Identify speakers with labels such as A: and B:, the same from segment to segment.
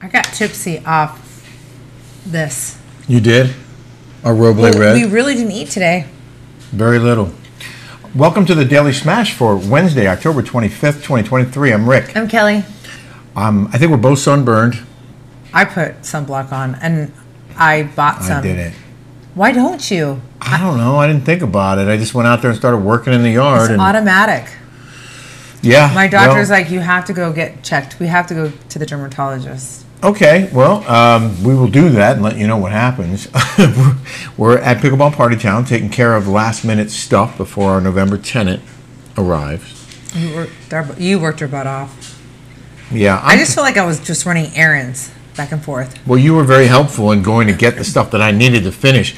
A: I got Tipsy off this.
B: You did? Or Roble
A: Well, We
B: Red?
A: really didn't eat today.
B: Very little. Welcome to the Daily Smash for Wednesday, October 25th, 2023. I'm Rick.
A: I'm Kelly.
B: Um, I think we're both sunburned.
A: I put sunblock on and I bought some.
B: I did it.
A: Why don't you?
B: I don't know. I didn't think about it. I just went out there and started working in the yard.
A: It's
B: and
A: automatic.
B: yeah,
A: My doctor's
B: well,
A: like, you have to go get checked. We have to go to the dermatologist.
B: okay. Well, um, we will do that and let you know what happens. We're- we're at Pickleball Party Town, taking care of last minute stuff before our November tenant arrives.
A: You worked, their, you worked your butt off.
B: Yeah,
A: I
B: I'm-
A: just feel like I was just running errands back and forth.
B: Well, you were very helpful in going to get the stuff that I needed to finish,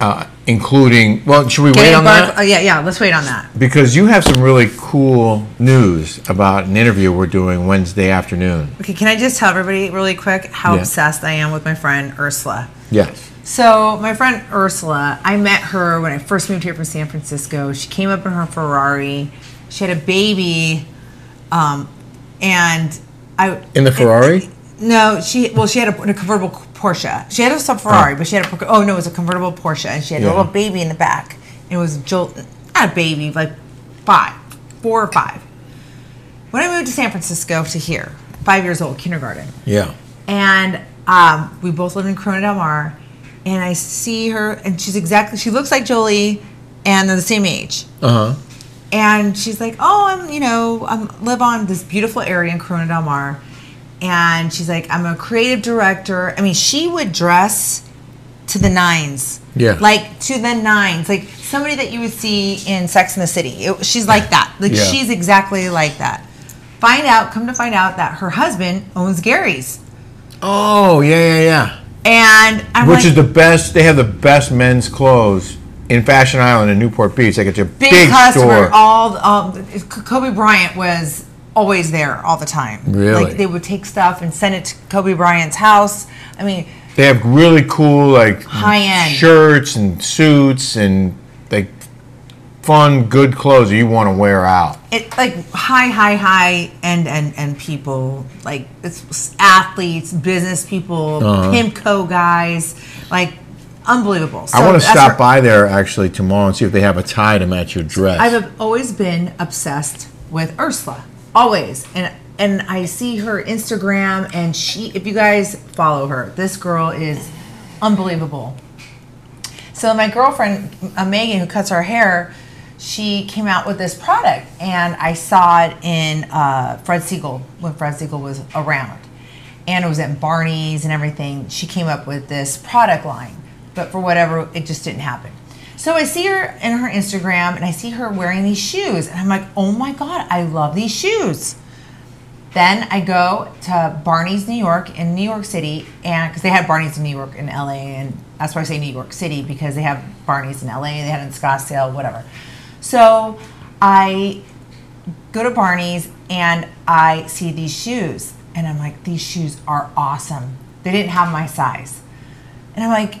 B: uh, including. Well, should we wait
A: Getting
B: on
A: bug-
B: that?
A: Oh, yeah, yeah. Let's wait on that.
B: Because you have some really cool news about an interview we're doing Wednesday afternoon.
A: Okay, can I just tell everybody really quick how
B: Yeah.
A: obsessed I am with my friend Ursula?
B: Yes.
A: So, my friend Ursula, I met her when I first moved here from San Francisco. She came up in her Ferrari. She had a baby, um, and I
B: In the Ferrari?
A: no, she well, she had a, a convertible Porsche. She had a sub Ferrari, but she had a oh no, it was a convertible Porsche, and she had a
B: Yeah.
A: little baby in the back. And it was jolt, not a baby, like five, four or five. When I moved to San Francisco to here, five years old, kindergarten
B: Yeah.
A: and um, we both live in Corona Del Mar. And I see her, and she's exactly she looks like Jolie, and they're the same age.
B: Uh huh.
A: And she's like, "Oh, I'm you know I'm live on this beautiful area in Corona Del Mar," and she's like, "I'm a creative director." I mean, she would dress to the nines,
B: Yeah.
A: like to the nines, like somebody that you would see in Sex in the City. It, she's like that, like
B: Yeah.
A: she's exactly like that. Find out, come to find out that her husband owns Gary's,
B: Oh yeah yeah yeah.
A: and I'm
B: Which
A: like,
B: is the best? They have the best men's clothes in Fashion Island in Newport Beach. Like it's a big,
A: big, customer.
B: store.
A: All um, Kobe Bryant was always there all the time.
B: Really?
A: like they would take stuff and send it to Kobe Bryant's house. I mean,
B: they have really cool like
A: High-end.
B: shirts and suits and like fun good clothes that you want to wear out.
A: it like high, high, high end, and and people like it's athletes, business people,
B: Uh-huh.
A: Pimco guys, like unbelievable. So
B: I want to
A: that's
B: stop
A: where-
B: by there actually tomorrow and see if they have a tie to match your dress.
A: I've always been obsessed with Ursula, always, and and I see her Instagram, and she. If you guys follow her, this girl is unbelievable. So my girlfriend uh, Megan, who cuts our hair, she came out with this product, and I saw it in uh, Fred Siegel when Fred Siegel was around, and it was at Barney's and everything. She came up with this product line, but for whatever, it just didn't happen. So I see her in her Instagram, and I see her wearing these shoes, and I'm like, oh my god, I love these shoes. Then I go to Barney's, New York, in New York City, and because they had Barney's in New York and LA, and that's why I say New York City because they have Barney's in LA, they had it in Scottsdale, whatever. So I go to Barney's and I see these shoes, and I'm like, these shoes are awesome. They didn't have my size, and I'm like,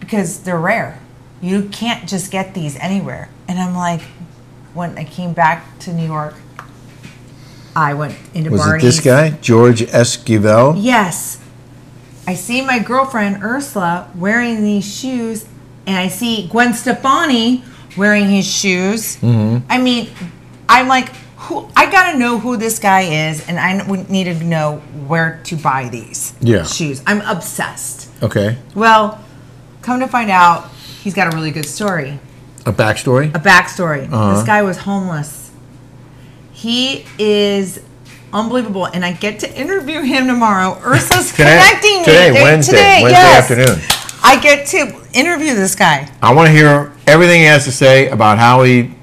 A: because they're rare. You can't just get these anywhere. And I'm like, when I came back to New York, I went into
B: Was it
A: Barney's.
B: this guy, George Esquivel?
A: Yes. I see my girlfriend Ursula wearing these shoes, and I see Gwen Stefani wearing his shoes.
B: Mm-hmm.
A: I mean, I'm like, who? I gotta know who this guy is, and I n- need to know where to buy these
B: Yeah.
A: shoes. I'm obsessed.
B: Okay.
A: Well, come to find out, he's got a really good story
B: A backstory?
A: a backstory.
B: Uh-huh.
A: This guy was homeless. He is unbelievable, and I get to interview him tomorrow. Ursula's
B: Today-
A: connecting me
B: today,
A: They-
B: Wednesday,
A: today,
B: Wednesday
A: yes.
B: afternoon.
A: I get to interview this guy.
B: I want to hear everything he has to say about how he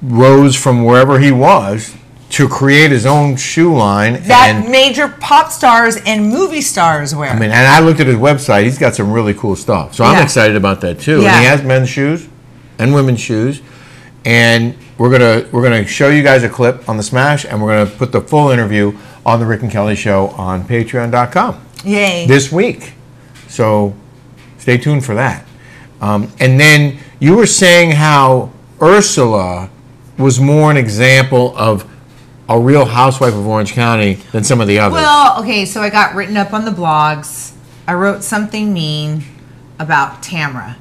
B: rose from wherever he was to create his own shoe line.
A: That
B: and,
A: major pop stars and movie stars wear.
B: I mean, and I looked at his website. He's got some really cool stuff. So I'm
A: Yeah.
B: excited about that too.
A: Yeah.
B: And he has men's shoes and women's shoes. And we're gonna we're gonna show you guys a clip on the Smash, and we're gonna put the full interview on the Rick and Kelly Show on Patreon.com.
A: Yay!
B: this week. So stay tuned for that. Um, and then you were saying how Ursula was more an example of a real housewife of Orange County than some of the others.
A: Well, okay, so I got written up on the blogs. I wrote something mean about Tamra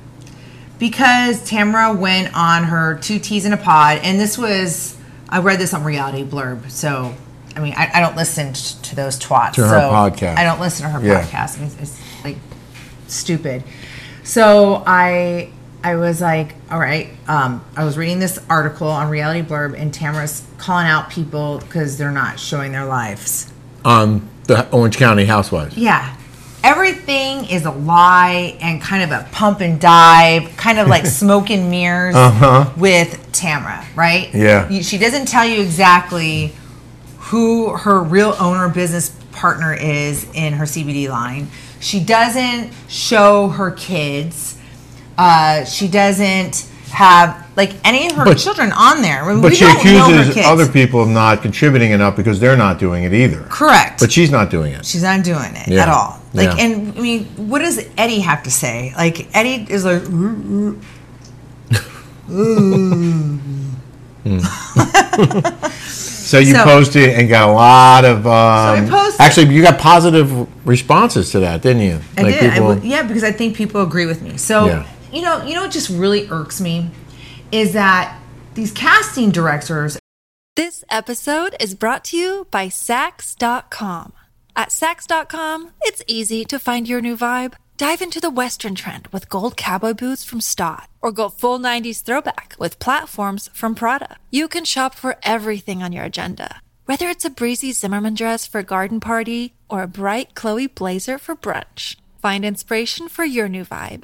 A: because Tamra went on her two teas in a pod, and this was I read this on Reality Blurb. So I mean, I, I don't listen t- to those twats.
B: To her
A: so
B: podcast.
A: I don't listen to her
B: Yeah.
A: podcast. I mean, it's like stupid. So I I was like, all right. Um, I was reading this article on Reality Blurb, and Tamra's calling out people because they're not showing their lives.
B: um, the Orange County housewives.
A: Yeah. Everything is a lie and kind of a pump and dive, kind of like smoke and mirrors with Tamra, right?
B: Uh-huh. Yeah.
A: You- She doesn't tell you exactly who her real owner business partner is in her CBD line. She doesn't show her kids. Uh, she doesn't have like any of her
B: But-
A: children on there. We
B: But she
A: don't know her
B: accuses
A: kids.
B: other people of not contributing enough because they're not doing it either.
A: Correct.
B: But she's not doing it.
A: She's not doing it
B: Yeah.
A: at all. Like,
B: Yeah.
A: and I mean, what does Eddie have to say? Like, Eddie is like, "Ooh, ooh, ooh."
B: So you
A: So-
B: posted and got a lot of. Um,
A: posted-
B: actually, you got positive responses to that, didn't you?
A: I did. I w- yeah, because I think people agree with me. So,
B: Yeah.
A: you know, you know what just really irks me is that these casting directors
C: This episode is brought to you by Sax.com. At Sax.com, it's easy to find your new vibe. Dive into the Western trend with gold cowboy boots from Stott, or go full 90s throwback with platforms from Prada. You can shop for everything on your agenda, whether it's a breezy Zimmerman dress for a garden party or a bright Chloe blazer for brunch. Find inspiration for your new vibe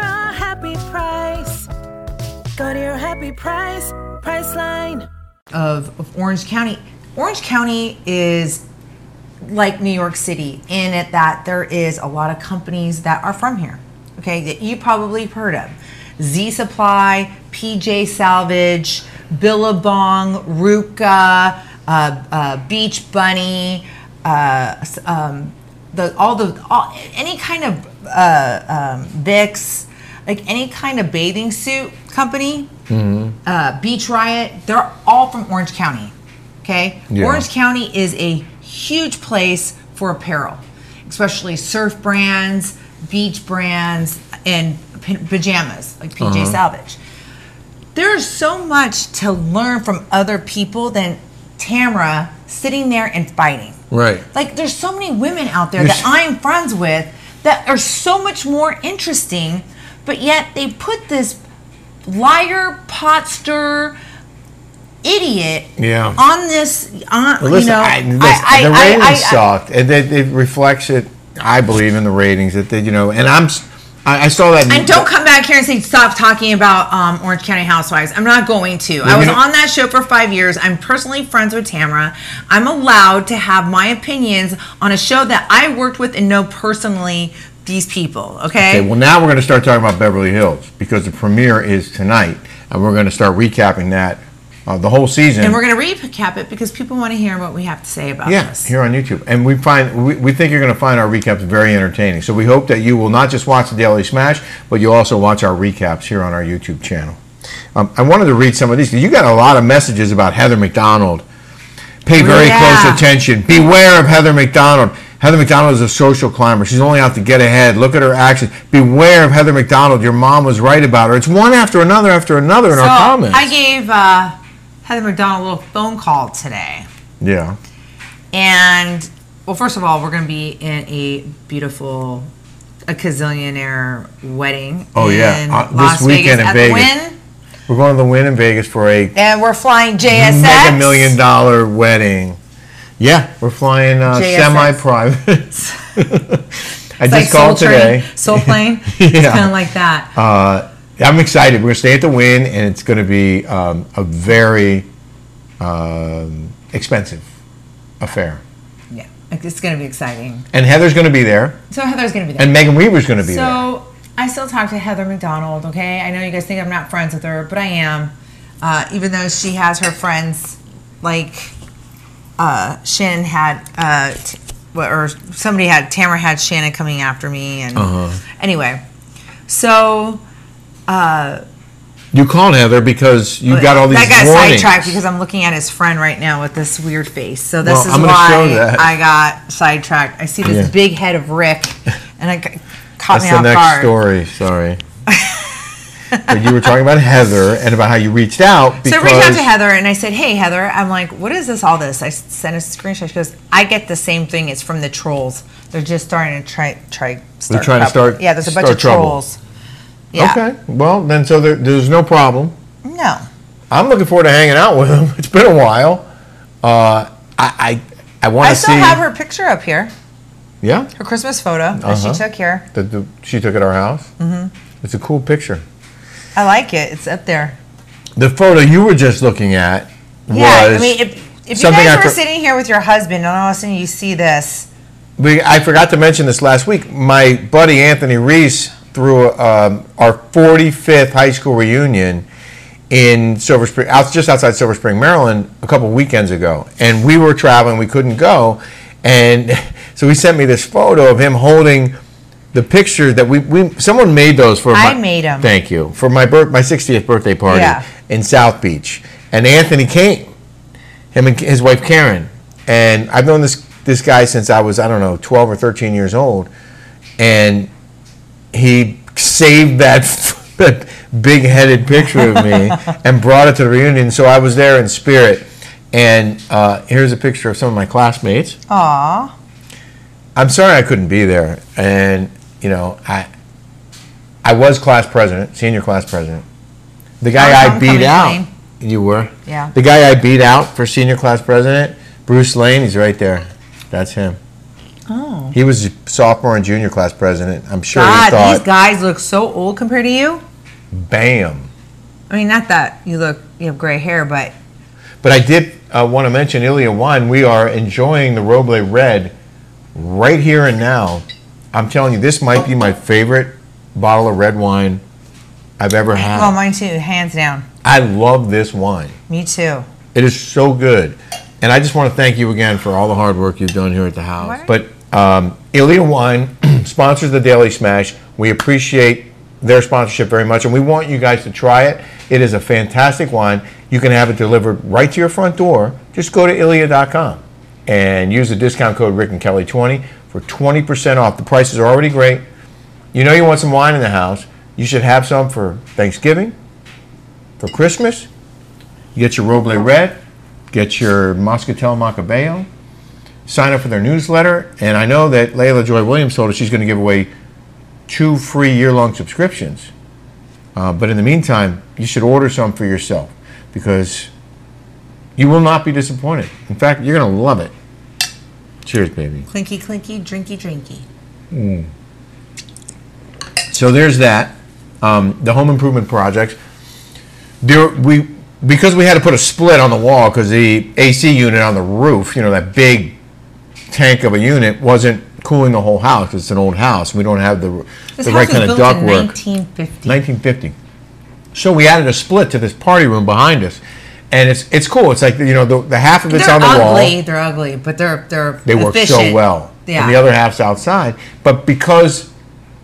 D: a happy price. Go to your happy price, Priceline.
A: of, of Orange County. Orange County is like New York City in it that there is a lot of companies that are from here. Okay, that you probably heard of. Z Supply, PJ Salvage, Billabong, Ruka, uh, uh, Beach Bunny, uh, s- um, the all the all, any kind of uh, um, Vicks, like any kind of bathing suit company uh, Beach Riot, they're all from Orange County. Okay?
B: Yeah.
A: Orange County is a huge place for apparel, especially surf brands, beach brands, and p- pajamas, like PJ
B: Uh-huh.
A: Salvage. There's so much to learn from other people than Tamra sitting there and fighting.
B: Right.
A: Like there's so many women out there
B: There's-
A: that I'm friends with that are so much more interesting, but yet they put this liar, potster, idiot
B: Yeah.
A: on this on
B: Well, listen,
A: you know
B: I, listen,
A: I- I-
B: the
A: I-
B: ratings
A: I- I-
B: sucked, and it, it reflects it. I believe in the ratings that they, you know, and I'm s- I, I saw that.
A: And don't come back here and say stop talking about um, Orange County Housewives. I'm not going to.
B: Wait
A: I
B: a
A: was
B: minute.
A: on that show for five years. I'm personally friends with Tamara. I'm allowed to have my opinions on a show that I worked with and know personally these people. Okay.
B: Okay, well, now we're going to start talking about Beverly Hills because the premiere is tonight, and we're going to start recapping that uh, the whole season.
A: and we're going to recap it because people want to hear what we have to say about
B: yeah,
A: this.
B: here on YouTube, and we find we, we think you're going to find our recaps very entertaining. So we hope that you will not just watch the Daily Smash, but you also watch our recaps here on our YouTube channel. Um, I wanted to read some of these. 'cause You got a lot of messages about Heather McDonald. Pay very
A: Oh, Yeah.
B: close attention. Beware of Heather McDonald. Heather McDonald is a social climber. She's only out to get ahead. Look at her actions. Beware of Heather McDonald. Your mom was right about her. It's one after another after another in
A: so
B: our comments.
A: I gave uh, Heather McDonald a little phone call today.
B: yeah.
A: And well, first of all, we're going to be in a beautiful, a gazillionaire wedding.
B: Oh, yeah.
A: in
B: Uh, this
A: Las
B: weekend
A: Vegas
B: in
A: at
B: Vegas.
A: the Wynn,
B: We're going to the win in Vegas for a
A: and we're flying JSX.
B: mega million dollar wedding. Yeah, we're flying uh,
A: JSX.
B: semi private. I
A: It's
B: just
A: like
B: called
A: Soul
B: today.
A: Train, Soul Plane. It's
B: Yeah.
A: kind of like that.
B: Uh, I'm excited. We're going to stay at the Win, and it's going to be um, a very um, expensive affair.
A: yeah, like, it's going to be exciting.
B: And Heather's going to be there,
A: So Heather's going to be there.
B: and Megan Weaver's going to be there.
A: So I still talk to Heather McDonald, okay? I know you guys think I'm not friends with her, but I am. Uh, even though she has her friends, like uh, Shannon had, uh, t- what- or somebody had, Tamara had Shannon coming after me. And
B: Uh-huh.
A: anyway, so
B: You called Heather because you got all these
A: that got
B: warnings.
A: sidetracked because I'm looking at his friend right now with this weird face. So this
B: Well,
A: is
B: I'm gonna show
A: why
B: that.
A: I got sidetracked. I see this
B: Yeah.
A: big head of Rick, and I got- caught
B: That's
A: me
B: the
A: off
B: next
A: guard.
B: story. Sorry. but you were talking about Heather and about how you reached out. Because
A: So I reached out to Heather and I said, "Hey Heather, I'm like, what is this? All this?" I s- sent a screenshot. She goes, "I get the same thing. It's from the trolls. They're just starting to try try. Start
B: trying to
A: trouble."
B: start-
A: Yeah, there's a bunch
B: start
A: of
B: trouble.
A: trolls. Yeah.
B: Okay. Well, then, so there, there's no problem.
A: No.
B: I'm looking forward to hanging out with him. It's been a while. Uh, I I, I want
A: I
B: to see.
A: still have her picture up here,
B: Yeah.
A: her Christmas photo that she
B: Uh-huh.
A: took here.
B: That the, she took at our house. Mm-hmm. It's a cool picture.
A: I like it. It's up there.
B: The photo you were just looking at was.
A: yeah. I mean, if, if you
B: something
A: guys
B: I
A: were
B: for-
A: sitting here with your husband and all of a sudden you see this,
B: We, I forgot to mention this last week. My buddy Anthony Reese threw um, our 45th high school reunion in Silver Spring, out, just outside Silver Spring, Maryland, a couple weekends ago. And we were traveling, we couldn't go. And so he sent me this photo of him holding the picture that we, we someone made those for
A: I
B: my-
A: made 'em.
B: Thank you. For my birth, my 60th birthday party
A: Yeah.
B: in South Beach. And Anthony came him and his wife Karen. And I've known this this guy since I was I don't know 12 or 13 years old, and he saved that that big-headed picture of me and brought it to the reunion. So I was there in spirit. And uh, here's a picture of some of my classmates.
A: aw,
B: I'm sorry I couldn't be there, and you know I I was class president, senior class president. The
A: was
B: guy I
A: homecoming
B: beat out.
A: queen.
B: You were.
A: Yeah.
B: The guy I beat out for senior class president, Bruce Lane. He's right there. That's him. Oh. He was sophomore and junior class president. I'm sure he
A: God,
B: thought,
A: these guys look so old compared to you.
B: bam.
A: I mean, not that you look you have gray hair, but
B: But I did uh, want to mention Ilya One. We are enjoying the Roble Red right here and now. I'm telling you, this might be my favorite bottle of red wine I've ever had.
A: oh, mine too, hands down.
B: I love this wine.
A: Me too.
B: It is so good. And I just want to thank you again for all the hard work you've done here at the house. But um, Ilia Wine sponsors the Daily Smash. We appreciate their sponsorship very much, and we want you guys to try it. It is a fantastic wine. You can have it delivered right to your front door. Just go to ilia.com and use the discount code Rick and Kelly 20 for 20% off. The prices are already great. You know you want some wine in the house. You should have some for Thanksgiving, for Christmas, you get your Roble Red, get your Moscatel Macabeo, sign up for their newsletter, and I know that Layla Joy Williams told us she's going to give away two free year-long subscriptions. Uh, but in the meantime, you should order some for yourself because you will not be disappointed. In fact, you're going to love it. Cheers, baby.
A: Clinky, clinky, drinky, drinky.
B: So there's that. Um, the home improvement projects. There we because we had to put a split on the wall because the AC unit on the roof, you know, that big tank of a unit wasn't cooling the whole house. It's an old house. We don't have the,
A: This
B: the
A: house
B: right
A: was
B: kind of
A: built in
B: ductwork.
A: 1950.
B: 1950. So we added a split to this party room behind us, and it's it's cool. It's like you know the, the half of it's
A: they're
B: on the
A: ugly.
B: wall.
A: They're ugly, but they're they're
B: They work so
A: efficient.
B: well,
A: Yeah.
B: and the other half's outside. But because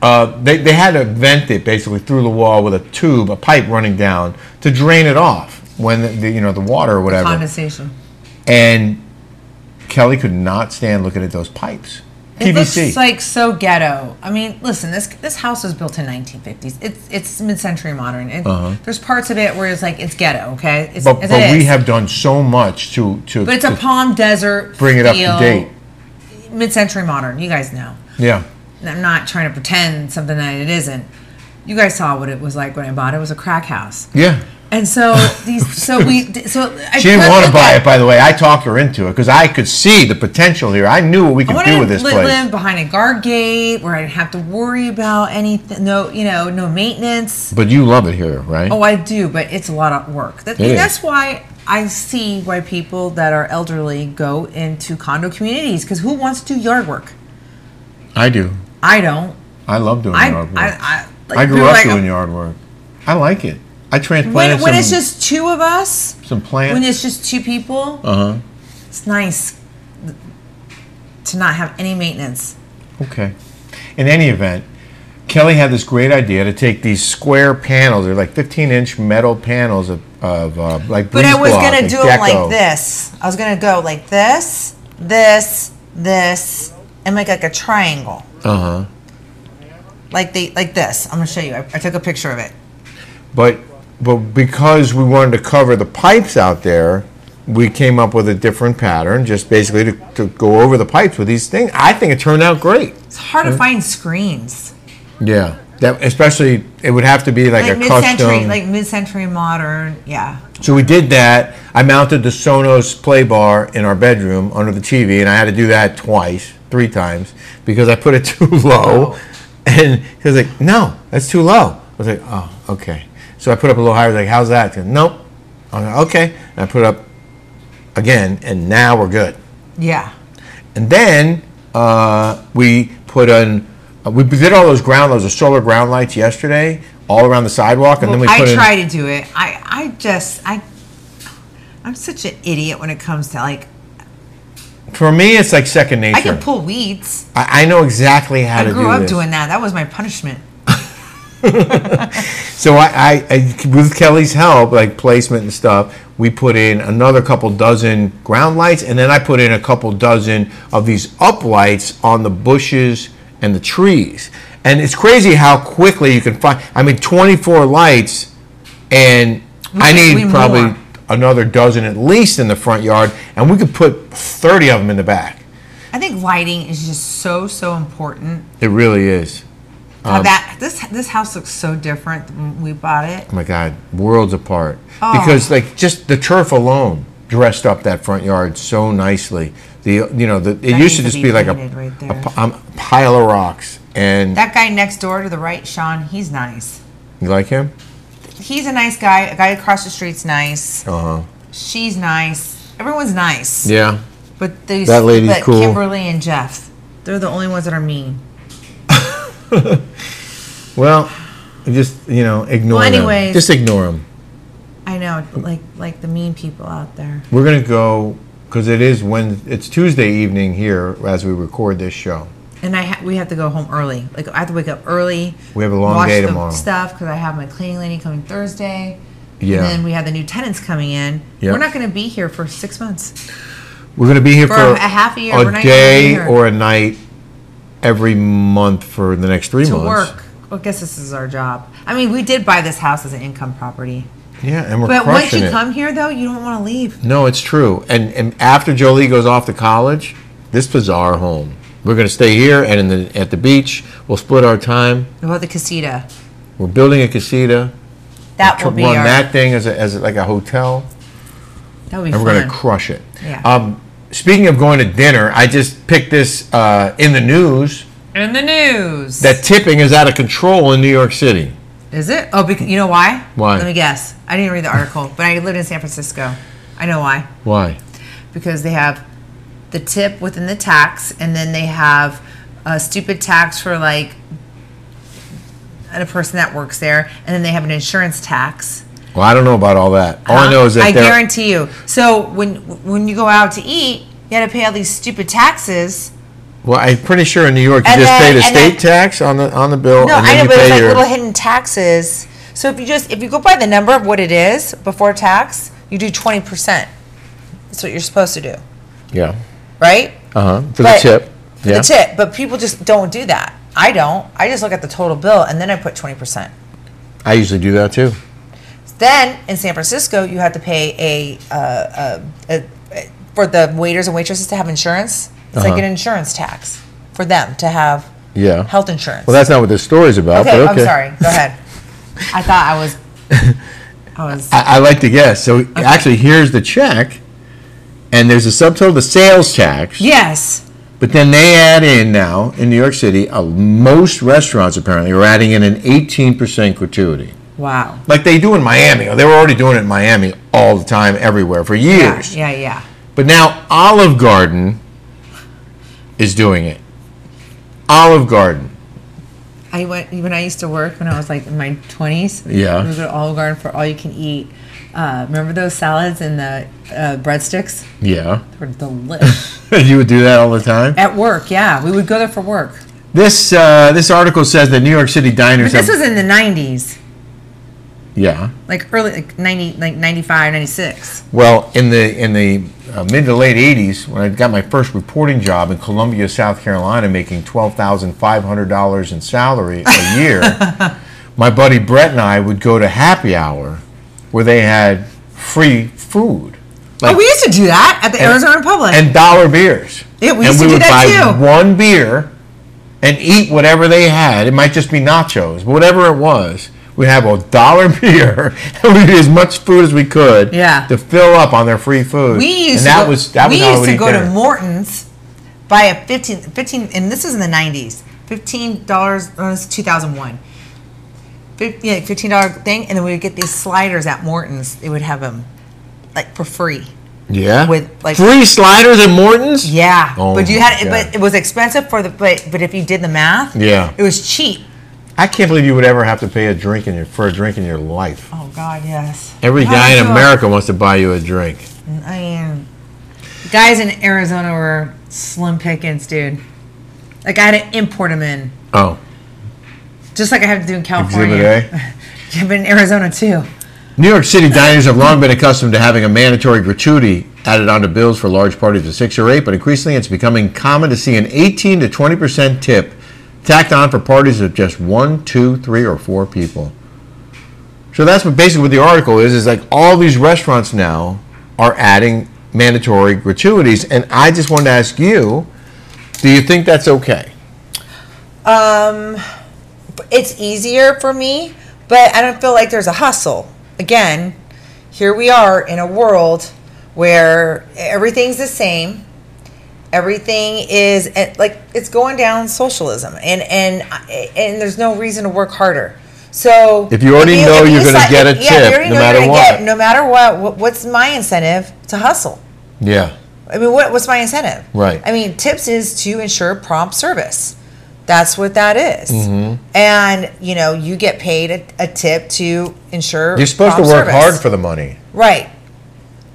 B: uh, they they had to vent it basically through the wall with a tube, a pipe running down to drain it off when the, the you know the water or whatever.
A: condensation.
B: and Kelly could not stand looking at those pipes.
A: It
B: PVC.
A: looks like so ghetto. I mean, listen, this this house was built in 1950s. It's it's mid-century modern. It, There's parts of it where it's like it's ghetto. Okay, it's,
B: Uh-huh. but
A: as it
B: but we
A: is.
B: have done so much to to,
A: But it's a
B: to
A: Palm Desert.
B: bring it up to
A: feel,
B: date.
A: Mid-century modern. You guys know.
B: Yeah.
A: And I'm not trying to pretend something that it isn't. You guys saw what it was like when I bought it. It was a crack house.
B: Yeah.
A: And so these, so we, so I
B: She didn't
A: couldn't
B: want to
A: look
B: buy
A: at-
B: it, by the way. I talked her into it because I could see the potential here. I knew what we
A: I
B: could
A: wanted
B: do
A: to
B: with this
A: li-
B: place.
A: live behind a guard gate where I didn't have to worry about anything. No, you know, no maintenance.
B: But you love it here, right?
A: Oh, I do, but it's a lot of work. That,
B: It is.
A: that's why I see why people that are elderly go into condo communities because who wants to do yard work?
B: I do.
A: I don't.
B: I love doing
A: I,
B: yard work. I,
A: I, I,
B: grew
A: they're
B: up
A: like,
B: doing yard work. I like it. I
A: When,
B: transplanted
A: when it's
B: some,
A: just two of us,
B: some plants.
A: when it's just two people,
B: uh
A: it's nice to not have any maintenance.
B: huh. Okay. In any event, Kelly had this great idea to take these square panels. They're like 15 inch metal panels of, of uh, like.
A: But I was
B: going
A: gonna
B: to
A: do them like this. I was gonna go like this, this, this, and make like a triangle,
B: Uh huh.
A: like they like this. I'm gonna show you. I, I took a picture of it.
B: But but because we wanted to cover the pipes out there, we came up with a different pattern, just basically to, to go over the pipes with these things. I think it turned out great.
A: It's hard to find screens
B: Yeah. That especially it would have to be like,
A: like
B: a
A: mid-century,
B: custom.
A: like mid-century modern. Yeah,
B: so we did that. I mounted the Sonos play bar in our bedroom under the TV, and I had to do that twice, three times because I put it too low.
A: Oh.
B: And he was like, "No, that's too low." I was like, "Oh, okay." So I put up a little higher. I was like, "How's that?" He goes, "Nope." I was like, "Okay." And I put it up again, and now we're good.
A: yeah.
B: And then uh, we put on, uh, we did all those ground, those solar ground lights yesterday, all around the sidewalk, and then we
A: I
B: put in.
A: try to do it. I I just I I'm such an idiot when it comes to like
B: For me, it's like second
A: I
B: nature.
A: can pull weeds.
B: I, I know exactly how
A: I
B: to
A: grew
B: do
A: up
B: this.
A: doing that. That was my punishment.
B: So I, I, I, with Kelly's help, like placement and stuff, we put in another couple dozen ground lights, and then I put in a couple dozen of these up lights on the bushes and the trees. And it's crazy how quickly you can find. I mean, 24 lights, and I
A: need- we
B: need probably
A: more.
B: another dozen at least in the front yard, and we could put 30 of them in the back.
A: I think lighting is just so so important.
B: It really is.
A: How
B: Um,
A: that this this house looks so different than when we bought it.
B: Oh my God, worlds apart.
A: Oh.
B: Because like just the turf alone dressed up that front yard so nicely. The you know the, it
A: That
B: used
A: needs
B: to
A: to
B: just
A: be
B: be like a,
A: painted right
B: a
A: there.
B: p- um, pile of rocks. And
A: That guy next door to the right, Sean, he's nice.
B: you like him?
A: He's a nice guy. A guy across the street's nice.
B: Uh huh.
A: She's nice. Everyone's nice.
B: Yeah.
A: But these,
B: That lady's
A: but
B: cool.
A: Kimberly and Jeff, they're the only ones that are mean.
B: Well, just you know ignore
A: Well,
B: them.
A: anyways-
B: Just ignore them.
A: I know, like like the mean people out there.
B: We're gonna go because it is when it's Tuesday evening here as we record this show.
A: And I ha- we have to go home early. Like I have to wake up early.
B: We have a long
A: wash
B: day
A: the
B: tomorrow.
A: Stuff because I have my cleaning lady coming Thursday.
B: Yeah.
A: And then we have the new tenants coming in.
B: Yeah.
A: We're not going to be here for six months.
B: We're gonna be here for,
A: For a half a year, we're not gonna be
B: day
A: here.
B: or a night every month for the next three
A: to
B: months.
A: work. Well, I guess this is our job. I mean, we did buy this house as an income property.
B: Yeah, and we're
A: But once
B: crushing
A: you
B: it.
A: come here, though, you don't want to leave.
B: No, it's true. And and after Jolie goes off to college, this bizarre home. We're gonna stay here and in the, at the beach. We'll split our time.
A: About the casita.
B: We're building a casita.
A: That
B: Tr-
A: will be
B: run
A: our.
B: that thing as, a, as like a hotel,
A: that would be
B: and
A: fun.
B: we're gonna crush it.
A: Yeah.
B: Um, speaking of going to dinner, I just picked this uh, in the news.
A: In the news.
B: That tipping is out of control in New York City.
A: Is it? Oh, because you know why?
B: Why?
A: Let me guess. I didn't read the article, but I lived in San Francisco. I know why.
B: Why?
A: Because they have the tip within the tax, and then they have a stupid tax for like a person that works there, and then they have an insurance tax.
B: Well, I don't know about all that. All I know is that
A: I
B: they're-
A: guarantee you. So when when you go out to eat, you got to pay all these stupid taxes.
B: Well, I'm pretty sure in New York you
A: And
B: just
A: then-
B: paid a
A: and
B: state
A: then-
B: tax on the on the bill,
A: No,
B: and
A: I
B: then
A: know,
B: you
A: but
B: pay
A: it's like
B: your.
A: little hidden taxes. So if you just if you go by the number of what it is before tax, you do twenty percent. That's what you're supposed to do,
B: yeah.
A: right?
B: Uh huh. For
A: But-
B: the tip.
A: For The tip, but people just don't do that. I don't. I just look at the total bill and then I put twenty percent.
B: I usually do that too.
A: Then in San Francisco, you have to pay a, uh, a, a, a for the waiters and waitresses to have insurance. It's like an insurance tax for them to have
B: Uh-huh. Yeah.
A: health insurance.
B: Well, that's not what this story's about.
A: okay,
B: but okay.
A: I'm sorry. Go ahead. I thought I was. I was.
B: I, I like to guess. So actually, here's the check, and there's a subtotal, the sales tax.
A: Yes.
B: But then they add in now in New York City, uh, most restaurants apparently are adding in an 18% gratuity,
A: Wow.
B: like they do in Miami. Or they were already doing it in Miami all the time, everywhere for
A: Yeah,
B: years.
A: yeah, yeah.
B: But now Olive Garden is doing it. Olive Garden.
A: I went when I used to work when I was like in my twenties.
B: Yeah.
A: we would go to Olive Garden for all you can eat. Uh, remember those salads and the uh, breadsticks?
B: Yeah.
A: They were delicious.
B: you would do that all the time.
A: At work, yeah, we would go there for work.
B: This uh, this article says that New York City
A: But
B: diners
A: this
B: have
A: was in the nineties,
B: yeah.
A: like early, like ninety, like 95, 96.
B: Well, in the in the uh, mid to late '80s, when I got my first reporting job in Columbia, South Carolina, making twelve thousand five hundred dollars in salary a year, my buddy Brett and I would go to happy hour, where they had free food.
A: oh, we used to do that at the Arizona Republic.
B: and dollar beers.
A: Yeah, we
B: and
A: used to
B: we
A: do
B: would
A: that
B: buy
A: too.
B: one beer and eat whatever they had. It might just be nachos, but whatever it was, we'd have a dollar beer and we'd eat as much food as we could
A: Yeah.
B: to fill up on their free food.
A: we used
B: and
A: to
B: that
A: go,
B: was that
A: we
B: was how
A: used
B: we'd
A: to
B: eat
A: go to
B: dinner.
A: Morton's, buy a 15, 15 and this was in the nineties. Fifteen dollars, uh, two thousand one. Yeah, fifteen dollar thing, and then we would get these sliders at Morton's. They would have them like for free.
B: yeah
A: with, like-
B: free sliders at Morton's.
A: Yeah,
B: Oh
A: but you
B: my
A: had,
B: God.
A: but it was expensive for the, but but if you did the math,
B: Yeah.
A: it was cheap.
B: I can't believe you would ever have to pay a drink in your for a drink in your life.
A: Oh God, yes.
B: Every
A: How
B: guy
A: do you
B: in
A: feel?
B: America wants to buy you a drink.
A: I mean, guys in Arizona were slim pickings, dude. Like I had to import them in,
B: Oh,
A: just like I had to do in California.
B: exhibit A.
A: Yeah, but in Arizona too.
B: New York City diners have long been accustomed to having a mandatory gratuity added onto bills for large parties of six or eight, but increasingly it's becoming common to see an 18 to 20 percent tip tacked on for parties of just one, two, three, or four people. So that's what basically what the article is: is like all these restaurants now are adding mandatory gratuities, and I just wanted to ask you: Do you think that's okay?
A: Um, It's easier for me, but I don't feel like there's a hustle. Again, here we are in a world where everything's the same. Everything is eh, like it's going down socialism, and and I- and there's no reason to work harder. So
B: If you already know you're gonna
A: si-
B: get a
A: if- yeah, if
B: tip
A: you already know
B: no
A: you're
B: matter
A: gonna
B: what.
A: get- no matter what, what, what's my incentive to hustle?
B: Yeah.
A: I mean, what, what's my incentive?
B: Right.
A: I mean, tips is to ensure prompt service. That's what that is.
B: Mm-hmm.
A: And you know, you get paid a, a tip to ensure
B: You're supposed to
A: prompt
B: work
A: service.
B: hard for the money.
A: right.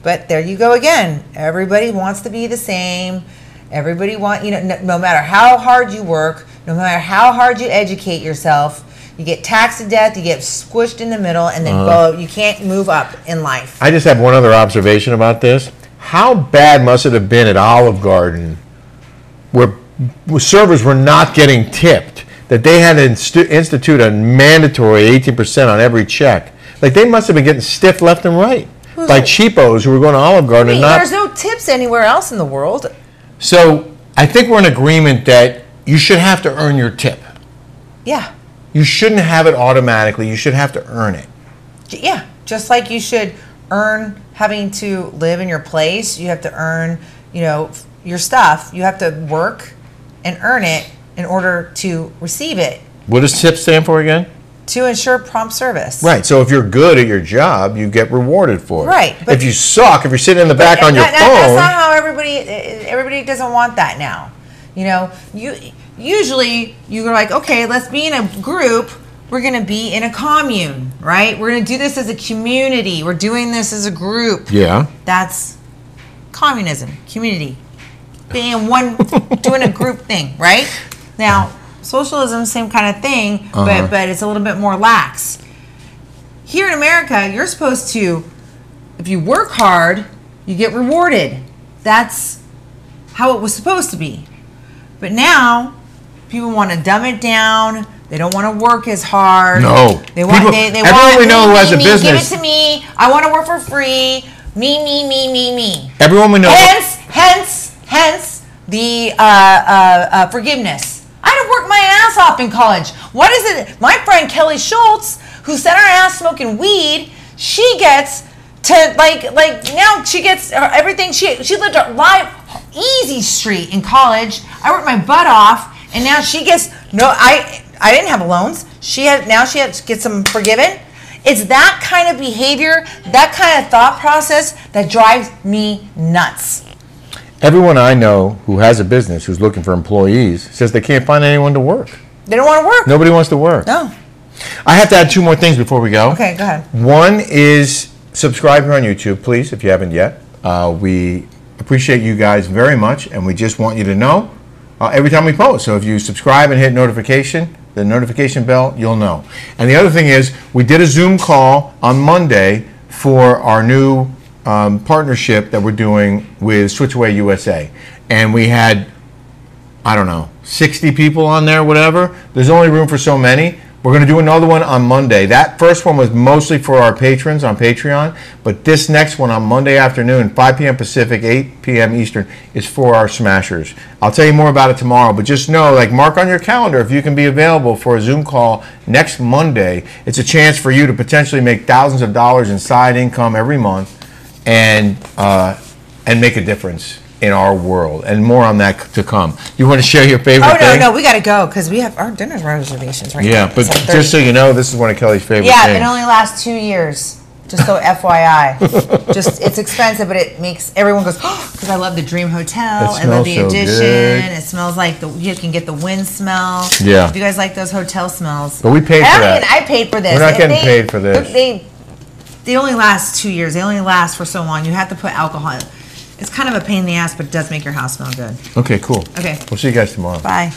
A: But there you go again. Everybody wants to be the same. Everybody want you know, no, no matter how hard you work, no matter how hard you educate yourself, you get taxed to death. You get squished in the middle, and then go. You can't move up in life.
B: Uh-huh. I just have one other observation about this. How bad must it have been at Olive Garden where, where servers were not getting tipped that they had to instu- institute a mandatory 18% on every check? Like they must have been getting stiff left and right by cheapos who were going to Olive Garden
A: I mean,
B: and not.
A: there's no tips anywhere else in the world.
B: so I think we're in agreement that you should have to earn your tip.
A: Yeah.
B: You shouldn't have it automatically. You should have to earn it.
A: Yeah, just like you should earn having to live in your place, you have to earn, you know, f- your stuff. You have to work and earn it in order to receive it
B: What does TIP stand for again?
A: to ensure prompt service.
B: Right. So if you're good at your job, you get rewarded for it.
A: Right, but-
B: if you suck, if you're sitting in the back
A: Yeah,
B: on your
A: that- that-
B: phone,
A: That's not how everybody. e, Everybody doesn't want that now. You know, you usually you're like, okay, let's be in a group. We're gonna be in a commune, right? We're gonna do this as a community. We're doing this as a group.
B: yeah.
A: That's communism, community, being one, doing a group thing, right? Now, socialism, same kind of thing,
B: Uh-huh.
A: but but it's a little bit more lax. Here in America, you're supposed to, if you work hard, you get rewarded. That's how it was supposed to be. But now, people want to dumb it down. They don't want to work as hard.
B: No.
A: They want.
B: People-
A: they, they
B: everyone
A: want.
B: we know
A: me,
B: who has
A: me,
B: a
A: me,
B: business-
A: Give it to me. I want to work for free. Me, me, me, me, me.
B: Everyone we know.
A: Hence, hence, hence the uh, uh, uh, forgiveness. I had to work my ass off in college. What is it? My friend Kelly Schultz, who sat her ass smoking weed, she gets to like like now she gets her- everything. She she lived a life easy street in college. I worked my butt off, and now she gets no. I I didn't have loans. She had now she had to get some forgiven. It's that kind of behavior, that kind of thought process that drives me nuts.
B: Everyone I know who has a business who's looking for employees says they can't find anyone to work.
A: They don't want to work.
B: Nobody wants to work.
A: No.
B: I have to add two more things before we go.
A: Okay, go ahead.
B: One is subscribe here on YouTube, please, if you haven't yet. Uh, we appreciate you guys very much, and we just want you to know uh, every time we post. So if you subscribe and hit notification, the notification bell, you'll know. And the other thing is, we did a Zoom call on Monday for our new um, partnership that we're doing with Switchway USA, and we had I don't know, 60 people on there, whatever. There's only room for so many. We're going to do another one on Monday. That first one was mostly for our patrons on Patreon, but this next one on Monday afternoon, 5 p.m. Pacific, 8 p.m. Eastern, is for our smashers. I'll tell you more about it tomorrow, but just know, like, mark on your calendar if you can be available for a Zoom call next Monday. It's a chance for you to potentially make thousands of dollars in side income every month and uh, and make a difference in our world. And more on that c- to come. You want to share your favorite
A: Oh no,
B: thing?
A: no, we gotta go because we have our dinner reservations right now.
B: Yeah, but
A: It's like
B: just so
A: 30.
B: you know, this is one of Kelly's favorite
A: yeah,
B: things.
A: it only lasts two years. Just so FYI, just it's expensive, but it makes everyone goes because I love the Dream Hotel.
B: It
A: I love
B: smells
A: the
B: so
A: addition.
B: good.
A: It smells like the you can get the wind smell.
B: Yeah.
A: if you guys like those hotel smells.
B: But we paid
A: And
B: for
A: I
B: that.
A: mean, I paid for this.
B: We're not
A: If
B: getting paid for this.
A: look, They they only last two years. They only last for so long. You have to put alcohol. in. It's kind of a pain in the ass, but it does make your house smell good.
B: okay, cool.
A: Okay.
B: We'll see you guys tomorrow.
A: Bye.